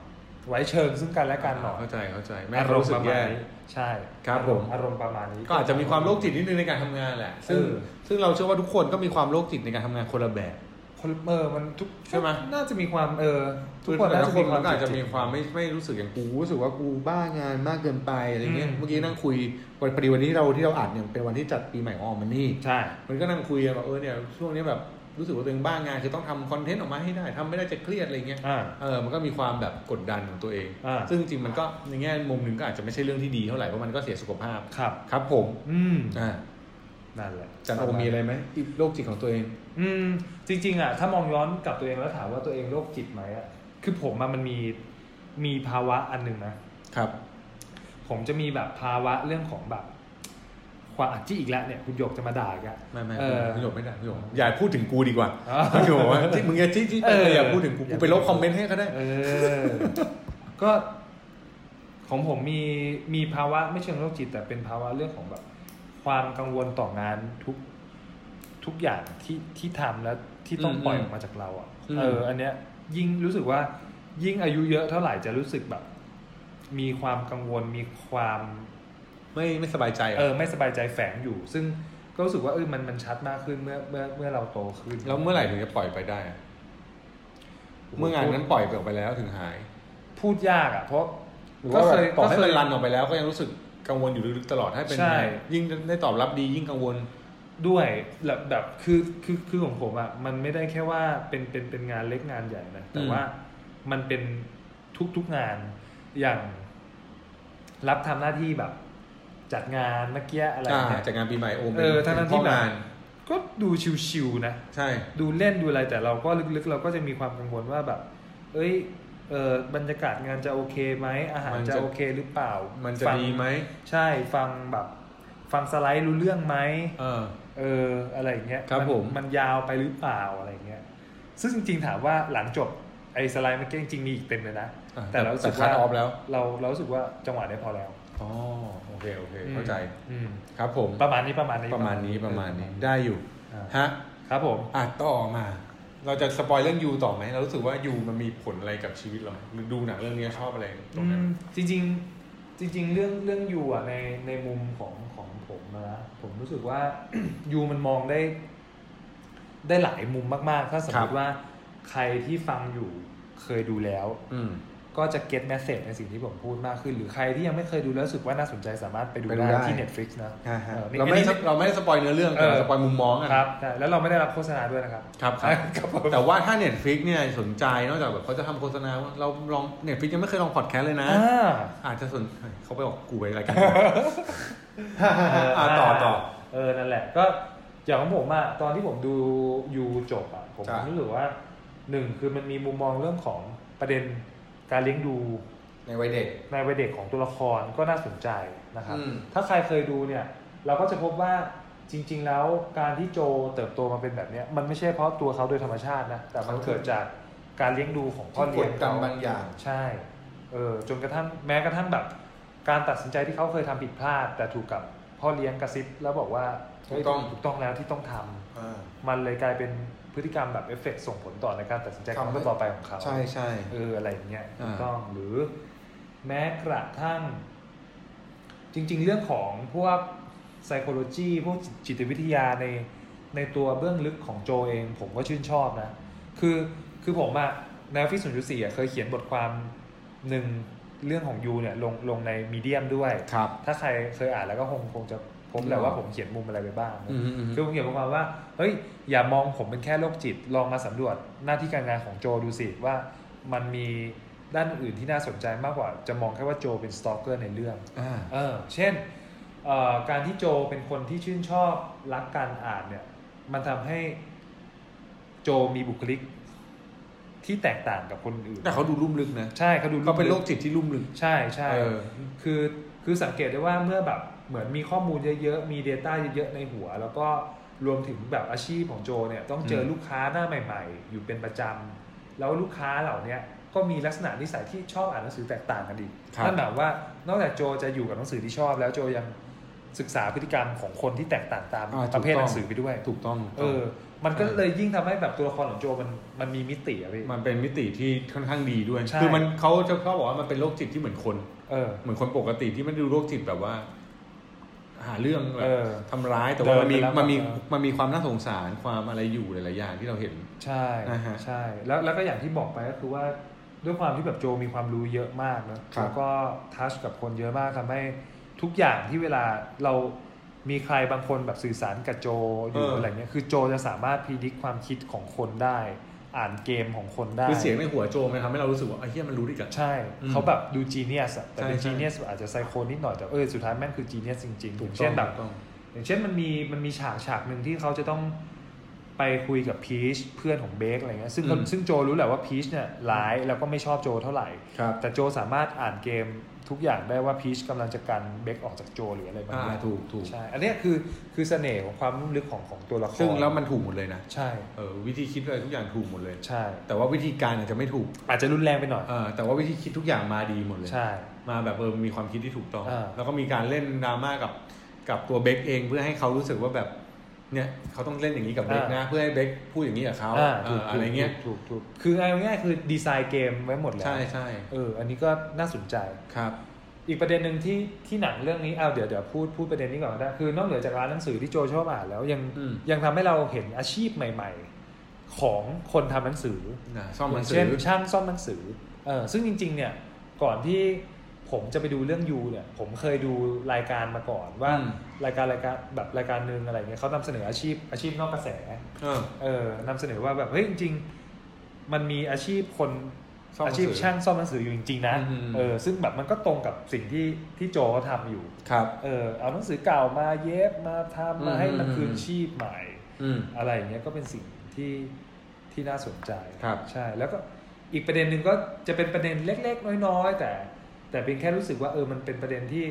B: ไว้เชิงซึ่งกันและกันหน่อย
A: เข้าใจเข้าใจไม่
B: อา
A: ให้เขา
B: รม
A: รู้
B: ณ์
A: สึ
B: ป
A: ก
B: ระมา
A: แย่
B: ณนี้ใช่
A: ครับผม
B: อารมณ์ประมาณนี้
A: ก็อาจจะมีความโรคจิตนิดนึงในการทำงานแหละ ซึ่ง
B: เออ
A: ซึ่งเราเชื่อว่าทุกคนก็มีความโรคจิตในการทำงานคนละแบบ
B: คนเออมันทุก
A: ใช่ไหม
B: น่าจะมีความเออทุ
A: ทุ
B: ก
A: กคน
B: ค
A: น
B: น่า
A: ทุกค
B: จะมี
A: น
B: ค
A: มั
B: วา
A: น
B: ม
A: ก็อาจจะมีความ
B: จิต
A: ไม่ไม่รู้สึกอย่างกูรู้สึกว่ากูบ้างานมากเกินไปอะไรเงี้ย
B: อืม
A: เมื่อกี้นั่งคุยวันพอดีวันนี้เราที่เราอัดเนี่ยเป็นวันที่จัดปีใหม่ของออมมันนี่
B: ใช่
A: มันก็นั่งคุยกันแบบเออเนี่ยช่วงนี้แบบรู้สึกว่าตัวเองบ้างานคือต้องทำคอนเทนต์ออกมาให้ได้ทำไม่ได้จะเครียดอะไรเงี้ย
B: อ่า
A: เออ มันก็มีความแบบกดดันของตัวเอง
B: อ่า
A: ซึ่งจริงๆมันก็ในแง่มุมหนึ่งก็อาจจะไม่ใช่เรื่องที่ดีเท่าไหร่ เพราะมันก็เสียสุขภาพ
B: ครับ
A: ครับผม
B: อืม
A: อ่า
B: นั่นแหละ
A: จันโอมีอะไรไหมอีกโรคจิตของตัวเอง
B: อืม จริง ๆ อ่ะ ถ้ามองย้อนกลับตัวเองแล้วถามว่าตัวเองโรคจิตไหมอ่ะคือผมอะมันมีมีภาวะอันหนึ่งนะครับ ผมจะมีแบบภาวะเรื่องของแบบ ค ว่าอัดจี้อีกแล้วเนี่ยคุณหยกจะมาด่าอีกอะ
A: ไม่ไม่
B: เออ
A: ประโยชน์ไม่ได้ประโยชน์อย่าพูดถึงกูดีกว่า
B: อ๋อ
A: ประโยชน์ว่าที่มึงอย่าที่ที่
B: เออ
A: แต่อย่าพูดถึงกู
B: อย่า
A: กูไปลบคอมเมนต์ให้ก็ได้
B: เออ ก็ ของผมมีมีภาวะไม่เชิงโรคจิต แต่เป็นภาวะเรื่องของแบบ ความกังวลต่องานทุกทุกอย่างที่ที่ทำและที่ต้อง
A: อืม
B: ปล่อยออกมาจากเราอ่ะ
A: อืม
B: เออ อันเนี้ย ยิ่งรู้สึกว่า ยิ่งอายุเยอะเท่าไหร่จะรู้สึกแบบ มีความกังวลมีความ
A: ไม่ไม่สบายใจอะ
B: เออไม่สบายใจแฝงอยู่ ซึ่งก็รู้สึกว่าเออมันมันชัดมากขึ้นเมื่อเมื่อเมื่อเราโตขึ้น
A: แล้วเมื่อไหร่ถึงจะปล่อยไปได้อะเมื่องานนั้นปล่อยไปออกไปแล้วถึงหาย
B: พูดยากอ่ะ เพราะหรือ
A: ก็
B: ว่า
A: เคย
B: ต่อ
A: ก็
B: ให้
A: เค
B: มั
A: ย
B: น
A: รันออกไปแล้วก็ยังรู้สึกกังวลอยู่ลึกๆตลอดให้เป็น
B: ใช่
A: ยิ่งได้ตอบรับดียิ่งกังวล
B: ด้วยแบบแบบคือคือคือของผมอ่ะมันไม่ได้แค่ว่าเป็นเป็นเป็นงานเล็กงานใหญ่นะแต่
A: อืม
B: ว่ามันเป็นทุกทุกงานอย่าง รับทำหน้าที่แบบ จัดงานเมื่อกี้อะไร
A: อ่า
B: เนี่ย
A: จากงานปีใหม่โอม
B: เออทั้งนั้นที่
A: พ่อ
B: แบบ
A: งาน
B: ก็ดูชิวๆนะ
A: ใช่
B: ดูเล่นดูอะไรแต่เราก็ลึกๆ เราก็จะมีความกังวลว่าแบบ เอ้ยเออบรรยากาศงานจะโอเคไหมอาหาร
A: มัน
B: จะ
A: จะ
B: โอเคหรือเปล่า
A: มันจะ
B: ฟัง
A: ดีไหม
B: ใช่ฟังแบบ ฟังสไลด์รู้เรื่องไหม
A: เออ
B: เอออะไรอย่างเงี้ย
A: ครับผม
B: นมันยาวไปหรือเปล่าอะไรอย่างเงี้ยซึ่งจริงๆถามว่าหลังจบไอ้สไลด์เมื่อกี้จริงๆมีอีกเต็มเลยนะ
A: อ่ะ
B: แต่เรารู้สึก
A: คั
B: ว่า
A: ดออฟแล้ว
B: เราเรารู้สึกว่าจังหวะเนี้ยพอแล้ว
A: อ๋อโอเคโอเคเข้าใจ
B: อืม
A: ครับผม
B: ประมาณนี้ประมาณนี้
A: ประมาณนี้ประมาณนี้ได้อยู่
B: อ่า
A: ฮะ
B: ครับผม
A: อ่ะต่อมา เราจะสปอยเรื่องยูต่อไหมเรารู้สึกว่ายูมันมีผลอะไรกับชีวิตเราไหมหรือดูหนังเรื่องนี้ชอบอะไรตรงนั้น
B: อืมจริงๆจริง ๆ เรื่องเรื่องยูอ่ะในในมุมของของผมนะผมรู้สึกว่า ยูมันมองได้ ได้หลายมุมมากๆ ถ้าสมมติว่าใครที่ฟังอยู่เคยดูแล้ว
A: อืม
B: ก็จะเก็ตแมสเซจในสิ่งที่ผมพูดมากขึ้น หรือใครที่ยังไม่เคยดูแล้วรู้สึกว่าน่าสนใจสามารถไปดู
A: ไปดู
B: ได้
A: ได้
B: ที่ Netflix นะ
A: อ่าฮะ
B: ออนี่
A: เราไม่ได้
B: อันนี้
A: เราไม่ได้สปอยเนื้อเรื่องแต่
B: เออ
A: เราสปอยมุมมองอะ
B: ครับใช่แล้วเราไม่ได้รับโฆษณาด้วยนะครับ
A: ครับครับ
B: ครับผม
A: แต่ว่าถ้า Netflix เนี่ยสนใจนอกจากแบบเขาจะทำโฆษณาว่าเราลอง Netflix ยังไม่เคยลองพอดแคสต์เลยนะ
B: อ่า
A: อาจจะสนเขาไปออกกูไปรายการ
B: เ
A: อ่ะต่อต่อ
B: เออ นั่นแหละ ก็อย่างของผมอะตอนที่ผมดูยูจบอะผม
A: จ้ะ
B: รู้สึกว่าหนึ่งคือมันมีมุมมองเรื่องของประเด็นการเลี้ยงดู
A: ในวัยเด็ก
B: ในวัยเด็กของตัวละครก็น่าสนใจนะครับ
A: อืม
B: ถ้าใครเคยดูเนี่ย เราก็จะพบว่าจริง ๆ แล้วการที่โจเติบโตมาเป็นแบบเนี้ยมันไม่ใช่เพราะตัวเขาโดยธรรมชาตินะ แต่มันเกิดจากการเลี้ยงดูของพ่อเลี้ยงเขา ใช่ เออ จนกระทั่งแม้กระทั่งแบบ การตัดสินใจที่เขาเคยทำผิดพลาด แต่ถูกกับพ่อเลี้ยงกระซิบแล้วบอกว่า
A: ถูกต้อง
B: เฮ้ยถูกต้องแล้วที่ต้องทำ
A: อ่า
B: มันเลยกลายเป็นพฤติกรรมแบบเอฟเฟกส่งผลต่อในการตัดสินใจค
A: ทำให้
B: รั้งต่อไปของเขา
A: ใช่ใช่
B: เอออะไรอย่างเงี้ย
A: อ่า
B: ถูกต้องหรือ แม้กระทั่ง จริง ๆ เรื่องของพวก psychology พวกจิตวิทยาในในตัวเบื้องลึกของโจเอง ผมก็ชื่นชอบนะ คือคือผมอะในฟิสุนยุสีอะเคยเขียนบทความหนึ่งเรื่องของยูเนี่ยลงลงในมีเดียมด้วย
A: ครับ
B: ถ้าใครเคยอ่านแล้วก็คงคงจะพบแหละว่าผมเขียนมุมอะไรไปบ้าง คือผมเขียนบทความว่า เฮ้ย อย่ามองผมเป็นแค่โรคจิต ลองมาสำรวจหน้าที่การงานของโจดูสิว่ามันมีด้านอื่นที่น่าสนใจมากกว่า จะมองแค่ว่าโจเป็นสตอกเกอร์ในเรื่อง
A: อ่า
B: เออ เช่นเอ่อการที่โจเป็นคนที่ชื่นชอบรักการอ่านเนี่ย มันทำให้โจมีบุคลิกที่แตกต่างกับคนอื่น
A: แต่เขาดูลุ่มลึกนะ
B: ใช่เขาดู
A: เขาเป็นโรคจิตที่ลุ่มลึก
B: ใช่ใช่
A: เออ
B: คือคือสังเกตได้ว่าเมื่อแบบเหมือนมีข้อมูลเยอะๆ มี Data เยอะๆ ในหัว แล้วก็รวมถึงแบบอาชีพของโจเนี่ยต้องเจออ
A: ม
B: ลูกค้าหน้าใหม่ๆ อยู่เป็นประจำแล้วลูกค้าเหล่าเนี้ยก็มีลักษณะนิสัยที่ชอบอ่านหนังสือแตกต่างกันอีก
A: ครับ
B: นั่นหมายความว่านอกจากโจจะอยู่กับหนังสือที่ชอบ แล้วโจยังศึกษาพฤติกรรมของคนที่แตกต่างตาม
A: อ่าถูก
B: ประเภท
A: ต้
B: ห
A: อง
B: นังสือไปด้วย
A: ถูกต้อง
B: เออ มันก็เลยยิ่งทำให้แบบตัวละครของโจมันมันมีมิติอะพี่
A: มันเป็นมิติที่ค่อนข้างดีด้วย
B: ใช่
A: คือมันเขาจะเขาบอกว่ามันเป็นโรคจิตที่เหมือนคน
B: เออ
A: เหมือนคนปกติที่ไม่ได้ดูโรคจิตแบบว่า หาเรื่องแบ
B: เอบ อ
A: ทำร้ายแต่ว่ามันมี
B: เดินไปแล้ว
A: มันมี
B: เออ
A: มันมีความน่าสงสารความอะไรอยู่หลายๆอย่างที่เราเห็น
B: ใช่
A: อ่าฮะ
B: ใช่แล้วแล้วก็อย่างที่บอกไปก็คือว่าด้วยความที่แบบโจมีความรู้เยอะมากนะครับ แล้วก็ทัชกับคนเยอะมากทำให้ทุกอย่างที่เวลาเรามีใครบางคนแบบสื่อสารกับโจอยู่อะไรเงี้ยคือโจจะสามารถพิจิตความคิดของคนได้ อ่านเกมของคนได้
A: คือเสียงในหัวโจมันทำให้เรารู้สึกว่าไอ้เหี้ยมันรู้ดีกับ
B: ใช่
A: อืม
B: เขาแบบดูจีเนียสแต่เป็น
A: ใช่ใช่
B: จีเนียสอาจจะไซโคนิดหน่อยแต่เออสุดท้ายแม่งคือจีเนียสจริงๆอ
A: ถูกต้อ
B: ย่างเช่
A: ง
B: นแบบ
A: ถูกต้อง
B: อย่างเช่นมันมีมันมีฉากฉากหนึ่งที่เขาจะต้องไปคุยกับพีชเพื่อนของเบคอะไรเงี้ยซึ่ง
A: อืม
B: ซึ่งโจรู้แหละว่าพีชเนี่ยร้ายแล้วก็ไม่ชอบโจเท่าไหร่
A: ครับ
B: แต่โจสามารถอ่านเกม ทุกอย่างได้ว่าพีชกำลังจะกันเบคออกจากโจหรืออะไรแบบ
A: อ่า
B: นี้
A: ถูกถูก
B: ใช่ อันเนี้ยคือคือเสน่ห์ของความลึกของของตัวละคร
A: ซึ่งแล้วมันถูกหมดเลยนะ
B: ใช่
A: เออวิธีคิดอะไรทุกอย่างถูกหมดเลย
B: ใช่
A: แต่ว่าวิธีการอาจจะไม่ถูก
B: อาจจะรุนแรงไปหน่อย
A: เออแต่ว่าวิธีคิดทุกอย่างมาดีหมดเลย
B: ใช่
A: มาแบบเออมีความคิดที่ถูกต้อง
B: อ่า
A: แล้วก็มีการเล่นดราม่ากับกับตัวเบคเองเพื่อให้เขารู้สึกว่าแบบเนี่ยเขาต้องเล่นอย่างนี้กับเบคนะ เพื่อให้เบคพูดอย่างนี้กับเขา
B: อ่า
A: เอ
B: ถูก
A: ออะไรเงี้ย
B: ถูกถูกคือเอาง่ายๆคือดีไซน์เกมไว้หมดแล้ว
A: ใช่ใช่
B: เอออันนี้ก็น่าสนใจ
A: ครับ
B: อีกประเด็นหนึ่งที่ที่หนังเรื่องนี้เอาวเดี๋ยวเดี๋ยวพูดพูดประเด็นนี้ก่อนก็ได้คือนอกเหนือจากร้านหนังสือที่โจชอบอ่านแล้วยัง
A: อืม
B: ยังทำให้เราเห็นอาชีพใหม่ ๆ ของคนทำหนังสือ
A: นะซ่อมหนังสือ
B: ย่าเช่นช่างซ่อมหนังสือเออซึ่งจริง ๆ เนี่ยก่อนที่ผมจะไปดูเรื่องยูเนี่ยผมเคยดูรายการมาก่อนว่า
A: อืม
B: รายการรายการแบบรายการหนึ่งอะไรเงี้ยเขานำเสนออาชีพอาชีพนอกกระแส
A: เออ
B: เออนำเสนอว่าแบบเฮ้ยจริงๆ มันมีอาชีพคน
A: ซ่อมหนั
B: อาง
A: สื
B: ชี
A: อ
B: พช่างซ่อมหนังสืออยู่จริงๆนะ
A: อืม
B: เออซึ่งแบบมันก็ตรงกับสิ่งที่ที่โจเขาทำอยู่
A: ครับ
B: เออเอาหนังสือเก่ามาเย็บมาทำมาให้มัน
A: อืม
B: คืนชีพใหม่
A: อืม
B: อะไรอย่างเงี้ยก็เป็นสิ่งที่ที่น่าสนใจ
A: ครับ
B: ใช่แล้วก็อีกประเด็นหนึ่งก็จะเป็นประเด็นเล็กๆ น้อยๆ แต่ แต่เป็นแค่รู้สึกว่าเออมันเป็นประเด็นที่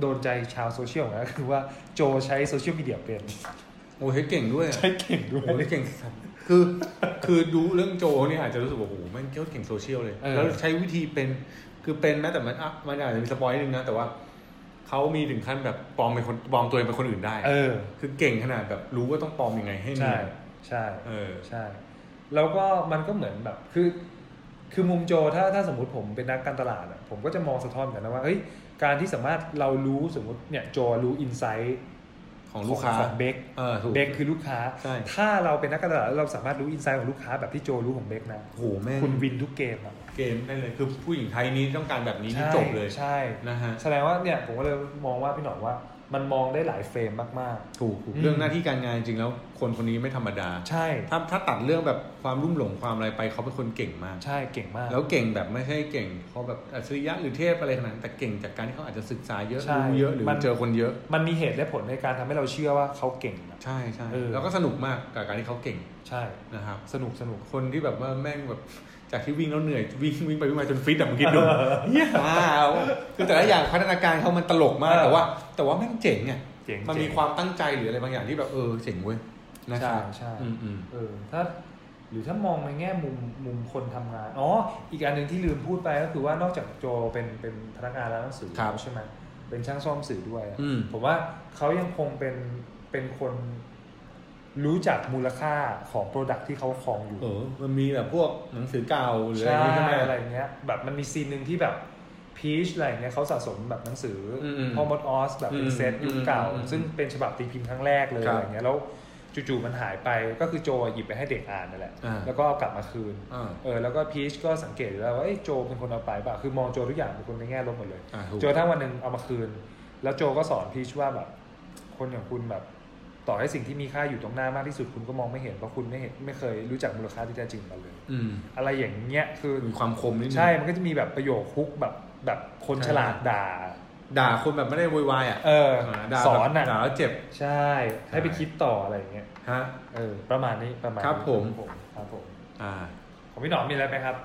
B: โดนใจชาวโซเชียลนะคือว่าโจใช้โซเชียลมีเดียเป็น
A: โอ้ยเก่งด้วยอะ
B: ใช้เก่งด้ว
A: โอ้โห
B: ย
A: เก่งสัสคือ คือดูเรื่องโจเนี่ยอาจจะรู้สึกว่าโอ้โหแมันเก่งโซเชียลเลย
B: เออ
A: แล้วใช้วิธีเป็น คือเป็นแม้แต่มันอ่ะมันอาจจะมีสปอยนิดนึงนะ แต่ว่าเขามีถึงขั้นแบบปลอมเป็นคนปลอมตัวเองเป็นคนอื่นได้
B: เออ
A: คือเก่งขนาดแบบรู้ว่าต้องปลอมยังไงให้เนี
B: ใช่
A: ยน
B: ใช่
A: เออ
B: ใช่ แล้วก็มันก็เหมือนแบบคือ คือมุมโจถ้าถ้าสมมติผมเป็นนักการตลาดอะผมก็จะมองสะท้อนเหมือนกันนะว่าเฮ้ยการที่สามารถเรารู้สมมติเนี่ยโจรู้อินไซต์
A: ของลูกค้า
B: ของเบค
A: เออถูก
B: เบคคือลูกค้า
A: ใช่
B: ถ้าเราเป็นนักการตลาดแล้วเราสามารถรู้อินไซต์ของลูกค้าแบบที่โจรู้ของเบคนะ
A: โอ้โหแม่ง
B: คุณวินทุกเกมอะ
A: เกมได้เลย คือผู้หญิงไทยนี้ต้องการแบบนี้นี่
B: ใช่
A: จบเลย
B: ใช่
A: นะฮะ
B: แสดงว่าเนี่ยผมก็เลยมองว่าพี่หน่องว่ามันมองได้หลายเฟรมมาก
A: ถูกถูก
B: อืม
A: เรื่องหน้าที่การงานจริงแล้ว คนคนนี้ไม่ธรรมดา
B: ๆ ใช่
A: ถ้าถ้าตัดเรื่องแบบความรุ่มหลงความอะไรไปเขาเป็นคนเก่งมาก
B: ใช่เก่งมาก
A: แล้วเก่งแบบไม่ใช่เก่งเพราะแบบอัจฉริยะหรือเทพอะไรขนาดนั้นแต่เก่งจากการที่เขาอาจจะศึกษาเยอะ
B: ใช่
A: รู้เยอะหรือ
B: มัน
A: เจอคนเยอะ
B: มันมีเหตุและผลในการทำให้เราเชื่อว่าเขาเก่งอะ
A: ใช่ใช่
B: เออ
A: แล้วก็สนุกมากกับการที่เขาเก่ง
B: ใช่
A: นะครับ
B: สนุกสนุก
A: คนที่แบบว่าแม่งแบบจากที่วิ่งแล้วเหนื่อยวิ่งวิ่งไปวิ่งมาจนฟิตอะมึงคิดดูเยี่ยมากคือแต่ละอย่างพัฒนาการเขามันตลกมาก
B: เออ
A: แต่ว่า แต่ว่าแม่งเจ๋งไง
B: เจ๋ง
A: มันมีความตั้งใจหรืออะไรบางอย่างที่แบบเออเจ๋งเว้ยนะครับ
B: ใช่ใช่
A: อืมอืม
B: เออถ้าหรือถ้ามองในแง่มุมมุมคนทำงานอ๋ออีกอันหนึ่งที่ลืมพูดไปก็คือว่านอกจากโจเป็นเป็นพนักงานร้านหนังสือแล้วใช่ไหมเป็นช่างซ่อมสื่อด้วยอะ
A: อืม
B: ผมว่าเขายังคงเป็นเป็นคนรู้จักมูลค่าของโปรดักที่เขาครองอยู่
A: เออมันมีแบบพวกหนังสือเก่าหรืออะไรอย่างงี้ใช่ไหม
B: อะไรเงี้ยแบบมันมีซีนหนึ่งที่แบบพีชอะไรเงี้ยเขาสะสมแบบหนังสืออ
A: ม
B: พ่อมดออสแบบเป็นเซตยุคเก่า
A: อืมอืม
B: ซึ่งเป็นฉบับตีพิมพ์ครั้งแรกเลย
A: ครั
B: อะ
A: บ
B: ไรเงี้ยแล้วจู่ๆมันหายไปก็คือโจหยิบไปให้เด็กอ่านนั่นแหละ
A: อ่า
B: แล้วก็เอากลับมาคืน
A: อ่า
B: เออแล้วก็พีชก็สังเกตอยู่แล้วว่าเอ้ยโจเป็นคนเอาไปเปล่ะคือมองโจทุกอย่างเป็นคนในแง่ลบหมดเลย
A: อ่าถูก
B: โจกระทั้งวันหนึ่งเอามาคืน แล้วโจก็สอนพีชว่าแบบ คนอย่างคุณแบบ ต่อให้สิ่งที่มีค่าอยู่ตรงหน้ามากที่สุดคุณก็มองไม่เห็นเพราะคุณไม่เห็นไม่เคยรู้จักมูลค่าที่แท้จริงมาเลย
A: อืม
B: อะไรอย่างเงี้ยคือ
A: มีความคมนิดนึง
B: ใช่มันก็จะมีแบบประโยคฮุกแบบแบบคน
A: ใช่
B: ฉลาดด่า
A: ด่าคนแบบไม่ได้โวยวายอ่ะ
B: เออ
A: ด่า
B: สอน
A: แบบ
B: อ่ะ
A: ด่าแล้วเจ็บ
B: ใช่ให้ไป
A: ใช่
B: คิดต่ออะไรอย่างเงี้ย
A: ฮะ
B: เออประมาณนี้ประมาณนี้
A: ครับผม
B: ครับผม
A: อ่า
B: ของพี่หนอมมีอะไรไหมครับ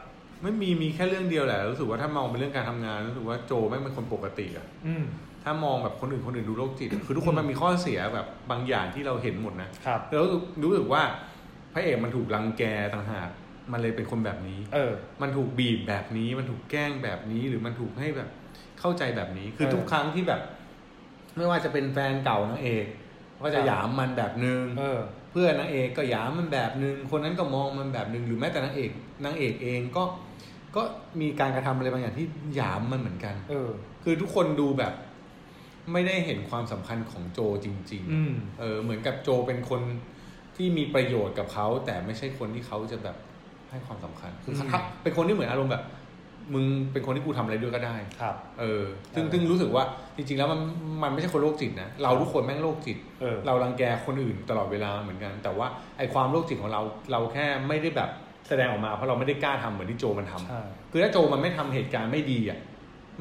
A: ไม่มีมีแค่เรื่องเดียวแหละ รู้สึกว่าถ้ามองเป็นเรื่องการทำงานรู้สึกว่าโจแม่งเป็นคนปกติอ่ะ
B: อืม
A: ถ้ามองแบบคนอื่นคนอื่นดูโรคจิต อะคือทุกคนมันมีข้อเสียแบบบางอย่างที่เราเห็นหมดนะครับ แล้วรู้สึกว่าพระเอกมันถูกรังแกต่างหากมันเลยเป็นคนแบบนี้
B: เออ
A: มันถูกบีบแบบนี้ มันถูกแกล้งแบบนี้ หรือมันถูกให้แบบเข้าใจแบบนี้ คือ
B: เออ
A: ทุกครั้งที่แบบ ไม่ว่าจะเป็นแฟนเก่านางเอก ก็
B: ครั
A: จะ
B: บ
A: หยามมันแบบนึง
B: เออ
A: เพื่อนนางเอกก็หยามมันแบบนึง คนนั้นก็มองมันแบบนึง หรือแม้แต่นางเอกนางเอกเองก็ ก็มีการกระทำอะไรบางอย่างที่หยามมันเหมือนกัน
B: เออ
A: คือทุกคนดูแบบ ไม่ได้เห็นความสำคัญของโจจริง
B: อืม
A: ๆ เออ เหมือนกับโจเป็นคนที่มีประโยชน์กับเขา แต่ไม่ใช่คนที่เขาจะแบบให้ความสำคัญ คือ
B: อืม
A: เขาเป็นคนที่เหมือนอารมณ์แบบ มึงเป็นคนที่กูทำอะไรด้วยก็ได้
B: ครับ
A: เออ ซึ่ง
B: เออ
A: ซึ่งรู้สึกว่าจริง ๆ แล้วมันมันไม่ใช่คนโรคจิตนะ เราทุกคนแม่งโรคจิต
B: เออ
A: เรารังแกคนอื่นตลอดเวลาเหมือนกัน แต่ว่าไอความโรคจิตของเราเราแค่ไม่ได้แบบแสดงออกมาเพราะเราไม่ได้กล้าทำเหมือนที่โจมันทำ
B: ใช่
A: คือถ้าโจมันไม่ทำเหตุการณ์ไม่ดีอ่ะ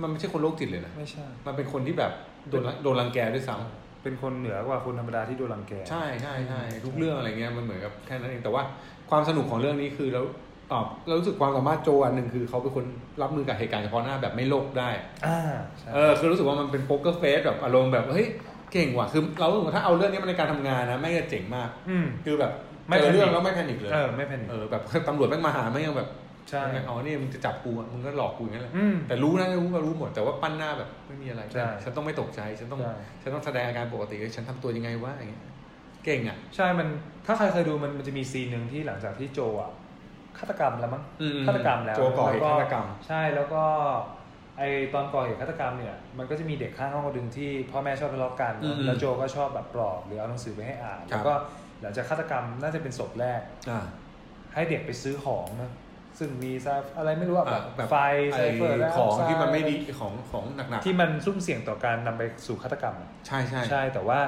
A: มันไม่ใช่คนโรคจิตเลยนะ
B: ไม่ใช่
A: มันเป็นคนที่แบบโดนโดนรังแกด้วยซ้
B: เป็นคนเหนือกว่าคนธรรมดาที่โดนรังแก
A: ำใช่ใช่ใช่ทุกเรื่องอะไรเงี้ยมันเหมือนกับแค่นั้นเองแต่ว่าความสนุกของเรื่องนี้คือแล้ว ตอบเรารู้สึกความสามารถโจอันหนึ่งคือเขาเป็นคนรับมือกับเหตุการณ์เฉพาะหน้าแบบไม่โลกได้
B: อ่าใช่
A: เออคือรู้สึกว่ามันเป็นโป๊กเกอร์เฟสแบบอารมณ์แบบเฮ้ยเก่งว่ะคือเรารู้สึกว่าถ้าเอาเรื่องนี้มาในการทำงานนะแม่งจะเจ๋งมาก
B: อืม
A: คือแบบ
B: ไม่
A: เจอเรื่อง
B: panic
A: แล้วไม่แพนิคเลย
B: เออไม่แพนิค
A: เออแบบตำรวจแม่งมาหาแม่งยังแบบ
B: ใช่
A: แม่งอ๋อนี่มึงจะจับกูอะมึงก็หลอกกูอย่างนั้นแหละ
B: อืม
A: แต่รู้นะรู้ก็รู้หมดแต่ว่าปั้นหน้าแบบไม่มีอะไร
B: ใช่
A: ฉันต้องไม่ตกใจฉันต้อง
B: ใช่
A: ฉันต้องแสดงอาการปกติเลยฉันทำตัวยังไงวะอย่างเงี้ยเก่งอ่ะ
B: ใช่ มัน ถ้าใครเคยดูมัน มันจะมีซีนหนึ่งที่หลังจากที่โจอ่ะ ฆาตกรรมแล้วมั้ง
A: อืม
B: ฆาตกรรมแล้ว
A: โจก่อเหตุ
B: แว
A: ฆาตกรรม
B: ใช่ แล้วก็ ไอตอนก่อเหตุฆาตกรรมเนี่ย มันก็จะมีเด็กข้างห้องคนหนึ่งที่พ่อแม่ชอบทะเลาะกัน
A: อืม
B: แล้วโจก็ชอบแบบปลอบหรือเอาหนังสือไปให้อ่าน
A: ครับ
B: แล้วก็หลังจากฆาตกรรมน่าจะเป็นศพแรก
A: อ่า
B: ให้เด็กไปซื้อของนะซึ่งมีซาอะไรไม่รู้อะ
A: อ่ะ
B: แบ
A: แบบบ
B: ไฟไซเฟอร์และ
A: ของที่มันไม่ดี
B: ท
A: ของของหนักี่
B: มันซุ่มเสี่ยงต่อการนำไปสู่ฆาตกรรมอะ
A: ๆใช่ใช่
B: ใช่แต่ว่า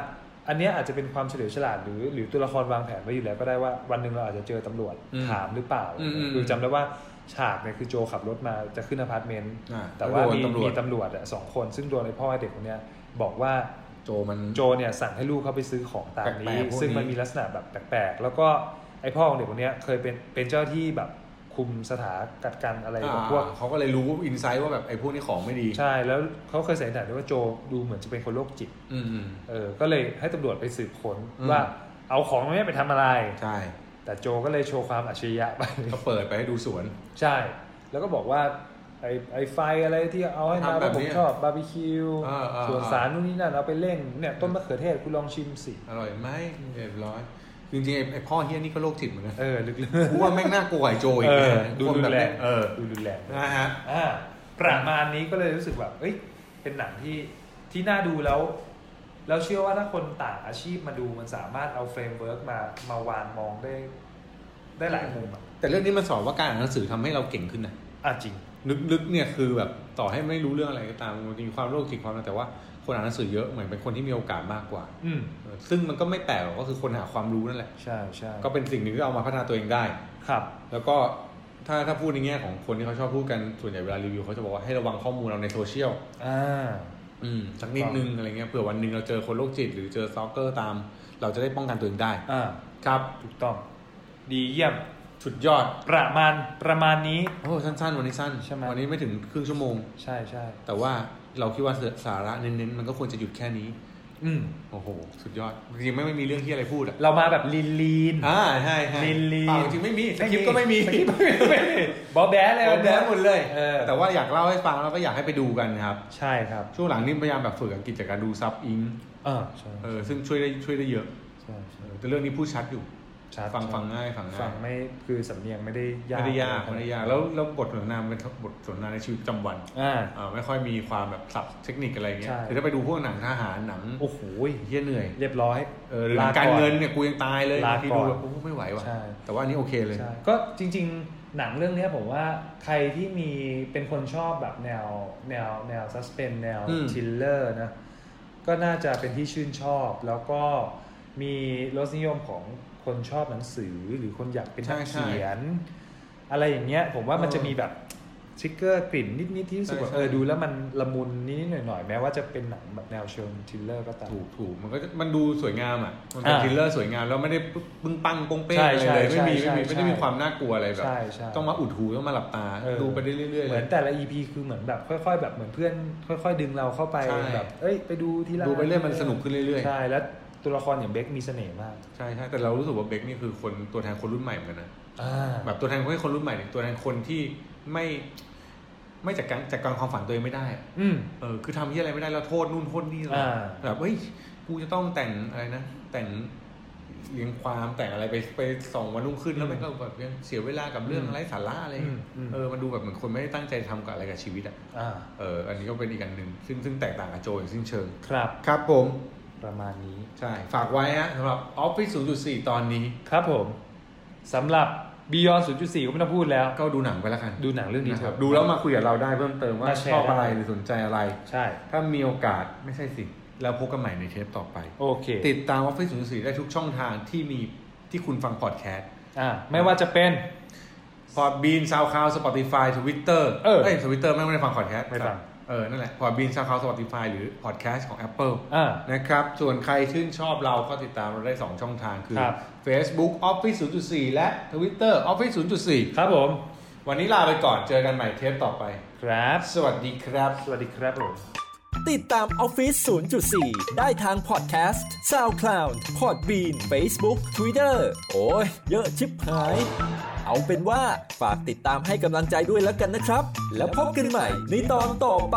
B: อันเนี้ยอาจจะเป็นความเฉลียวฉลาดหรือหรือตัวละครวางแผนไว้อยู่แล้วก็ได้ว่าวันหนึ่งเราอาจจะเจอตำรวจ
A: อืม
B: ถามหรือเปล่า
A: อืมอืม
B: คือจำได้ว่าฉากเนี่ยคือโจขับรถมาจะขึ้นอพาร์ตเมนต์
A: อ่า
B: แต่ว่า
A: โดนตำร
B: มี
A: วจ
B: มีตำรวจอะสองคนซึ่งโดนไอ้พ่อไอ้เด็กคนเนี้ยบอกว่า
A: โจมัน
B: โจเนี่ยสั่งให้ลูกเขาไปซื้อของตาม
A: แปล
B: นี้
A: กๆพวกนี้
B: ซึ่งมันมีลักษณะแบบแปลกๆแล้วก็ไอ้พ่อของเด็กคนเนี้ยเคยเป็นเป็นเจ้าที่แบบคุมสถากัดกันอะไรของพวก
A: เขาก็เลยรู้อินไซต์ว่าแบบไอ้พวกนี้ของไม่ดี
B: ใช่แล้วเขาเคยใส่หนักด้วยว่าโจดูเหมือนจะเป็นคนโรคจิต
A: อืมอืม
B: เออ ก็เลยให้ตำรวจไปสืบค้น
A: อืม
B: ว่าเอาของมันเนี้ไปทำอะไร
A: ใช่
B: แต่โจก็เลยโชว์ความอัจฉริยะไป
A: ก็เปิดไปให้ดูสวน
B: ใช่ แล้วก็บอกว่าไอ้ไอ้ไฟอะไรที่เอาให้มา
A: ทำแบบ
B: ผม
A: นี้
B: ชอบบาร์บีคิว
A: อ่าอ่า
B: ส่วนสารนู่นนี่นั่นเอาไปเล่นเนี่ยต้นมะเขือเทศคุณลองชิมสิ
A: อร่อยไหมเรียบร้อยจริงๆไอ้ไอ้พ่อเฮียนี่ก็โรคจิตเหมือนกัน
B: เออลึก
A: กูว่าแม่งน่ากลัวไอ้โจ
B: ๆ
A: อีก
B: เออ
A: นะ
B: ดู
A: คน
B: รุ
A: แบบ
B: นแรง
A: เนี้ยเออ
B: ดูรุนแรง
A: นะฮะ
B: อ่าประมาณนี้ก็เลยรู้สึกแบบเอ้ยเป็นหนังที่ที่น่าดูแล้ว แล้วเชื่อว่าถ้าคนต่างอาชีพมาดูมันสามารถเอาเฟรมเวิร์กมามาวางมองได้ ได้หลายมุมอะ
A: แต่เรื่องนี้มันสอนว่าการอ่านหนังสือทำให้เราเก่งขึ้นนะ
B: อ่ะจริง
A: ลึกๆเนี่ยคือแบบต่อให้ไม่รู้เรื่องอะไรก็ตามมันจะมีความโรคจิตความอะไรแต่ว่าคนอ่านหนังสือเยอะเหมือนเป็นคนที่มีโอกาสมากกว่า
B: อืม
A: เออซึ่งมันก็ไม่แปลกหรอกก็คือคนหาความรู้นั่นแหละ
B: ใช่ใช่
A: ก็เป็นสิ่งหนึ่งที่เอามาพัฒนาตัวเองได้
B: ครับ
A: แล้วก็ถ้าถ้าพูดในแง่ของคนที่เขาชอบพูดกันส่วนใหญ่เวลารีวิวเขาจะบอกว่าให้ระวังข้อมูลเราในโซเชียล
B: อ่า
A: อืมสักนิดนึงอะไรเงี้ยเผื่อวันหนึ่งเราเจอคนโรคจิต หรือเจอสตอกเกอร์ตาม เราจะได้ป้องกันตัวเองได้
B: อ่า
A: ครับ
B: ถูกต้อง ดีเยี่ยม
A: สุดยอด
B: ประมาณ ประมาณนี้
A: โอ้สั้นๆ วันนี้สั้น
B: ใช่ไหม
A: วันนี้ไม่ถึงครึ่งชั่วโมง
B: ใช่ใช่
A: แต่ว่าเราคิดว่าสาระเน้นๆมันก็ควรจะหยุดแค่นี้
B: อืม
A: โอ้โห สุดยอดจริงๆไม่ไม่มีเรื่องที่อะไรพูดอ่ะ
B: เรามาแบบลีนลีน
A: อ่าใช่ใช่
B: ลีนๆ
A: เปาจริงไม่มีสคริปต์ก็ไม่มี
B: สคริปต์ก็ไม่มี บอแบ๊เลย
A: หมดแล้วหมดเลย
B: เออ
A: แต่ว่าอยากเล่าให้ฟังแล้วก็อยากให้ไปดูกันครับ
B: ใช่ครับ
A: ช่วงหลังนี้พยายามแบบฝึกอังกฤษจากการดูซับอิง
B: เออใช่
A: เออซึ่งช่วยได้ช่วยได้เยอะ
B: ใช่
A: เอ
B: ใช่
A: อแต่เรื่องนี้พูดชัดอยู่
B: ชัด
A: ฟัง
B: ชัด
A: ฟังง่ายฟังง่า
B: ฟัง
A: ย
B: ไม่ คือสำเนียงไม่ได้ยาก
A: ไม่ได้ยากไม่ได้ยากแล้วแล้วบทสนทนามันเป็นบทสนทนาในชีวิตประจำวัน
B: อ่า
A: อ่าไม่ค่อยมีความแบบศัพท์เทคนิคอะไรเงี้ย
B: ใช่
A: แต่ถ้าไปดูพวกหนังทหารหนัง
B: โอ้โหย
A: เฮี้ยเหนื่อย
B: เรียบร้อย
A: เออหรือหนัง
B: ล
A: การเงินเนี่ยกูยังตายเลย
B: ลาก่อน
A: ที่ดูแบบโอ้ไม่ไหวว่ะ
B: ใช่
A: แต่ว่าอันนี้โอเคเลย
B: ใช่ก็จริงๆ หนังเรื่องเนี้ยผมว่าใครที่มีเป็นคนชอบแบบแนวแนวแนวซัสเพนแนว
A: อืม
B: ทริลเลอร์นะ ก็น่าจะเป็นที่ชื่นชอบ แล้วก็มีรสนิยมของคนชอบหนังสือหรือคนอยากเป็นนักเขียน อะไรอย่างเงี้ย ผมว่ามันจะมีแบบชิกเกอร์กลิ่นนิดๆที่รู้สึกว่าเออดูแล้วมันละมุนนิดๆหน่อยๆ แม้ว่าจะเป็นหนังแบบแนวเชิงทริลเลอร์ก็ตาม
A: ถูกถูกมันก็จะมันดูสวยงามอ่ะมันเป็น
B: อ่า
A: ทริลเลอร์สวยงามแล้วไม่ได้ปึ้งปังโป้งเป้ง
B: ใช่
A: อะไรเลย
B: ใช่
A: ไม่มี
B: ใช่
A: ไม่มีไม่ได้มี
B: ใช่
A: ความน่ากลัวอะไรแบบ
B: ใช่ใช่
A: ต้องมาอุดหูต้องมาหลับตา
B: เออ
A: ดูไปได้เรื่อยๆ
B: เห
A: เล
B: มือย นแต่ละ EP คือเหมือนแบบค่อย ๆ แบบเหมือนเพื่อนค่อย ๆ ดึงเราเข้าไป
A: ใช่
B: แบบ เอ้ยไปดูทีละ
A: ดูไปเรื่อยมันสนุกขึ้นเรื่อยๆ
B: ใช่แล้วตัวละครอย่างเบคมีเสน่ห์มาก
A: ใช่ใช่แต่เรารู้สึกว่าเบคนี่คือคนตัวแทนคนรุ่นใหม่เหมือนกันนะ
B: อ่า
A: แบบตัวแทนคนคนรุ่นใหม่เนี่ยตัวแทนคนที่ไม่ ไม่จัดการจัดการความฝันตัวเองไม่ได้อะ
B: อืม
A: เออคือทำที่อะไรไม่ได้แล้วโทษนู่นโทษนี่อะไร
B: อ่า
A: แบบเฮ้ยกูจะต้องแต่งอะไรนะแต่งเรียงความแต่งอะไรไปไปสองวันรุ่งขึ้นแล้วมันก็แบบยังเสียเวลากับเรื่องไร้สาระอะไรอย่างเงี้ยเออมันดูแบบเหมือนคนไม่ได้ตั้งใจทำกับอะไรกับชีวิตอ่ะ
B: อ่า
A: เอออันนี้ก็เป็นอีกอันหนึ่งซึ่งซึ่งแตกต่างกับโจอย่างสิ้นเชิง
B: ครับ
A: ครับผม
B: ประมาณนี้
A: ใช่ฝากไว้ฮะสำหรับออฟฟิศ0.4 ตอนนี้
B: ครับผมสำหรับ Beyond 0.4 ก็ไม่ต้องพูดแล้ว
A: ก็ดูหนังไปแล้วกัน
B: ดูหนังเรื่องนี้
A: นะ
B: เถ
A: ครั
B: อะ
A: บดูแล้วมาคุยกับเราได้เพิ่มเติมว่า
B: มาแชร์
A: ชอบอะไร
B: ได้
A: หรือสนใจอะไร
B: ใช่
A: ถ้ามีโอกาสไม่ใช่สิ แล้วพบกันใหม่ในเทปต่อไป
B: โอเค
A: ติดตาม Office 04ได้ทุกช่องทางที่มีที่คุณฟังพอดแคสต์
B: อ่าไม่ว่าจะเป็น
A: พอดบีนซาวคลาวสปอติฟายทวิตเตอร์
B: เออ
A: ทวิตเตอร์ไม่ได้ฟังพอดแคสต์
B: ไม่ฟัง
A: เ เออนั่นแหละพอบินซาวคลาวสปอติฟายหรือพอดแคสต์ของ Apple
B: อ่า
A: นะครับ ส่วนใครชื่นชอบเราก็ติดตามเราได้ 2 ช่องทางคือ
B: ครับ
A: Facebook Office 0.4 และ Twitter Office 0.4
B: ครับผม
A: วันนี้ลาไปก่อนเจอกันใหม่เทปต่อไป
B: ครับ
A: สวัสดีครับ
B: สวัสดีครับผม
C: ติดตามออฟฟิศ0.4 ได้ทางพอดแคสต์ SoundCloud Podbean Facebook Twitter โอ้ย เยอะชิบหาย เอาเป็นว่าฝากติดตามให้กำลังใจด้วยแล้วกันนะครับ แล้วพบกันใหม่ในตอนต่อไป